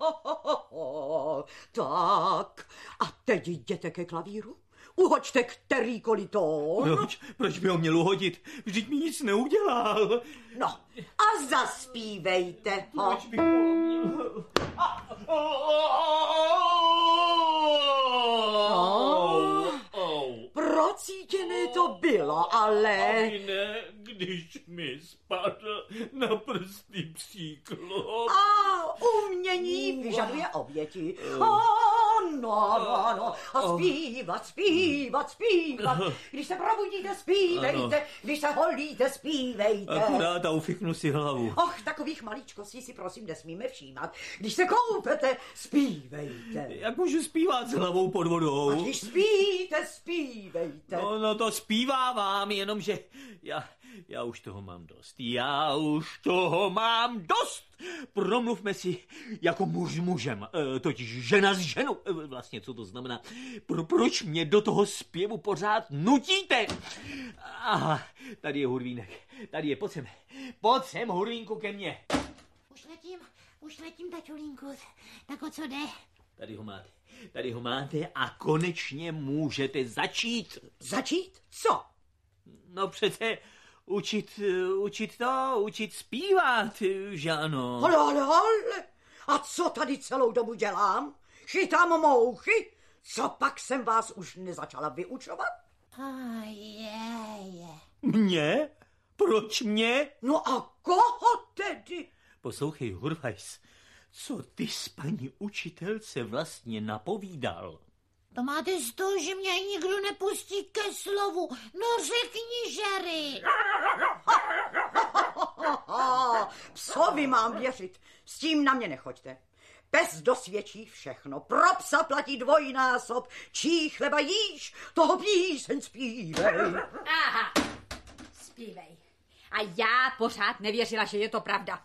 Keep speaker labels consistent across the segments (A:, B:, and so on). A: Jako, Tak, a teď jděte ke klavíru. Uhoďte kterýkoliv tón.
B: Proč? Proč by ho měl uhodit? Vždyť mi nic neudělal.
A: No, a zaspívejte ho.
B: Proč by ho měl?
A: Procítěné to bylo, ale...
B: Ani ne, když mi spadl na prsty příklop.
A: A umění vyžaduje oběti. Ano, ano, ano. A zpívat, zpívat, zpívat. Když se probudíte, zpívejte. Když se holíte, zpívejte.
B: Akurát a ufiknu si hlavu.
A: Och, takových maličkostí si prosím nesmíme všímat. Když se koupete, zpívejte.
B: Jak můžu zpívat s hlavou pod
A: A
B: vodou?
A: když spíte, zpívejte.
B: No, no to zpívávám, jenomže já, já už toho mám dost. Já už toho mám dost! Promluvme si jako muž s mužem, e, totiž žena s ženou. E, vlastně, co to znamená? Pro, proč mě do toho zpěvu pořád nutíte? Aha, tady je hurvínek. Tady je, pojď sem. Pojď sem, hurvínku, ke mně.
C: Už letím, už letím, taťulínku. Tak o co jde?
B: Tady ho máte. Tady ho máte a konečně můžete začít.
A: Začít? Co?
B: No přece učit, eh, učit to, učit zpívat, eh, že ano.
A: Hol, hol, hol. A co tady celou dobu dělám? Chytám mouchy? Co pak jsem vás už nezačala vyučovat?
C: A je, je.
B: Mě? Proč mě?
A: No a koho tedy?
B: Poslouchej, Hurvajs, co ty s paní učitelce vlastně napovídal?
C: To máte z toho, že mě nikdo nepustí ke slovu. No řekni, žery.
A: Aha, psovi mám věřit. S tím na mě nechoďte. Pes dosvědčí všechno. Pro psa platí dvojnásob. Čí chleba jíš, toho píseň zpívej.
D: Aha, zpívej. A já pořád nevěřila, že je to pravda.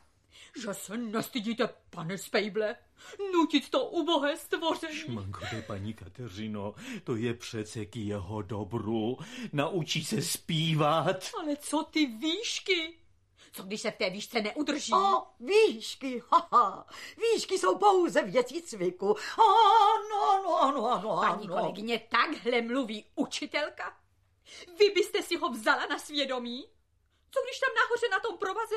E: Že se nestydíte, pane Spejble, nutit to ubohé stvoření.
B: Manko, to je paní Kateřino, to je přece k jeho dobru. Naučí se zpívat.
E: Ale co ty výšky? Co když se v té výšce neudrží?
A: O, výšky, haha. Výšky jsou pouze věcí cviku. Ano, ano, ano, ano,
E: Paní
A: ano.
E: kolegyně, takhle mluví učitelka? Vy byste si ho vzala na svědomí? Co když tam nahoře na tom provaze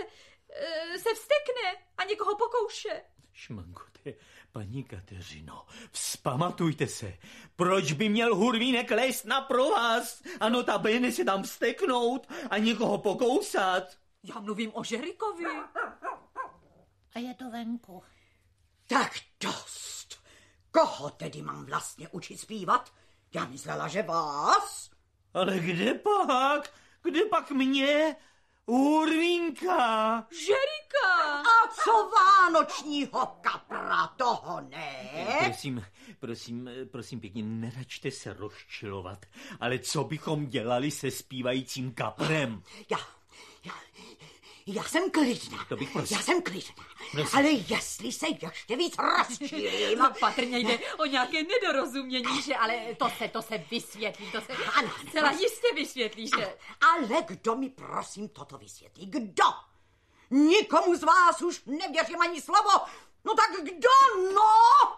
E: e, se vstekne a někoho pokouše?
B: Šmanko, to je paní Kateřino, vzpamatujte se, proč by měl hurvínek lézt na provaz? Ano, ta bejny se tam steknout a někoho pokousat.
E: Já mluvím o Žerikovi.
C: A je to venku.
A: Tak dost. Koho tedy mám vlastně učit zpívat? Já myslela, že vás.
B: Ale kde pak? Kde pak mě? Hurvínka!
E: Žerika!
A: A co vánočního kapra, toho ne?
B: Prosím, prosím, prosím pěkně, neračte se rozčilovat, ale co bychom dělali se zpívajícím kaprem?
A: Já, já, já jsem klidná.
B: To bych prosil.
A: Já jsem klidná.
B: Prosím.
A: Ale jestli se ještě víc rozčilím...
E: No, patrně jde o nějaké nedorozumění, že ale to se, to se vysvětlí, to se
A: Ano.
E: zcela jistě vysvětlí, že...
A: Ale kdo mi prosím toto vysvětlí? Kdo? Nikomu z vás už nevěřím ani slovo. No tak kdo, no?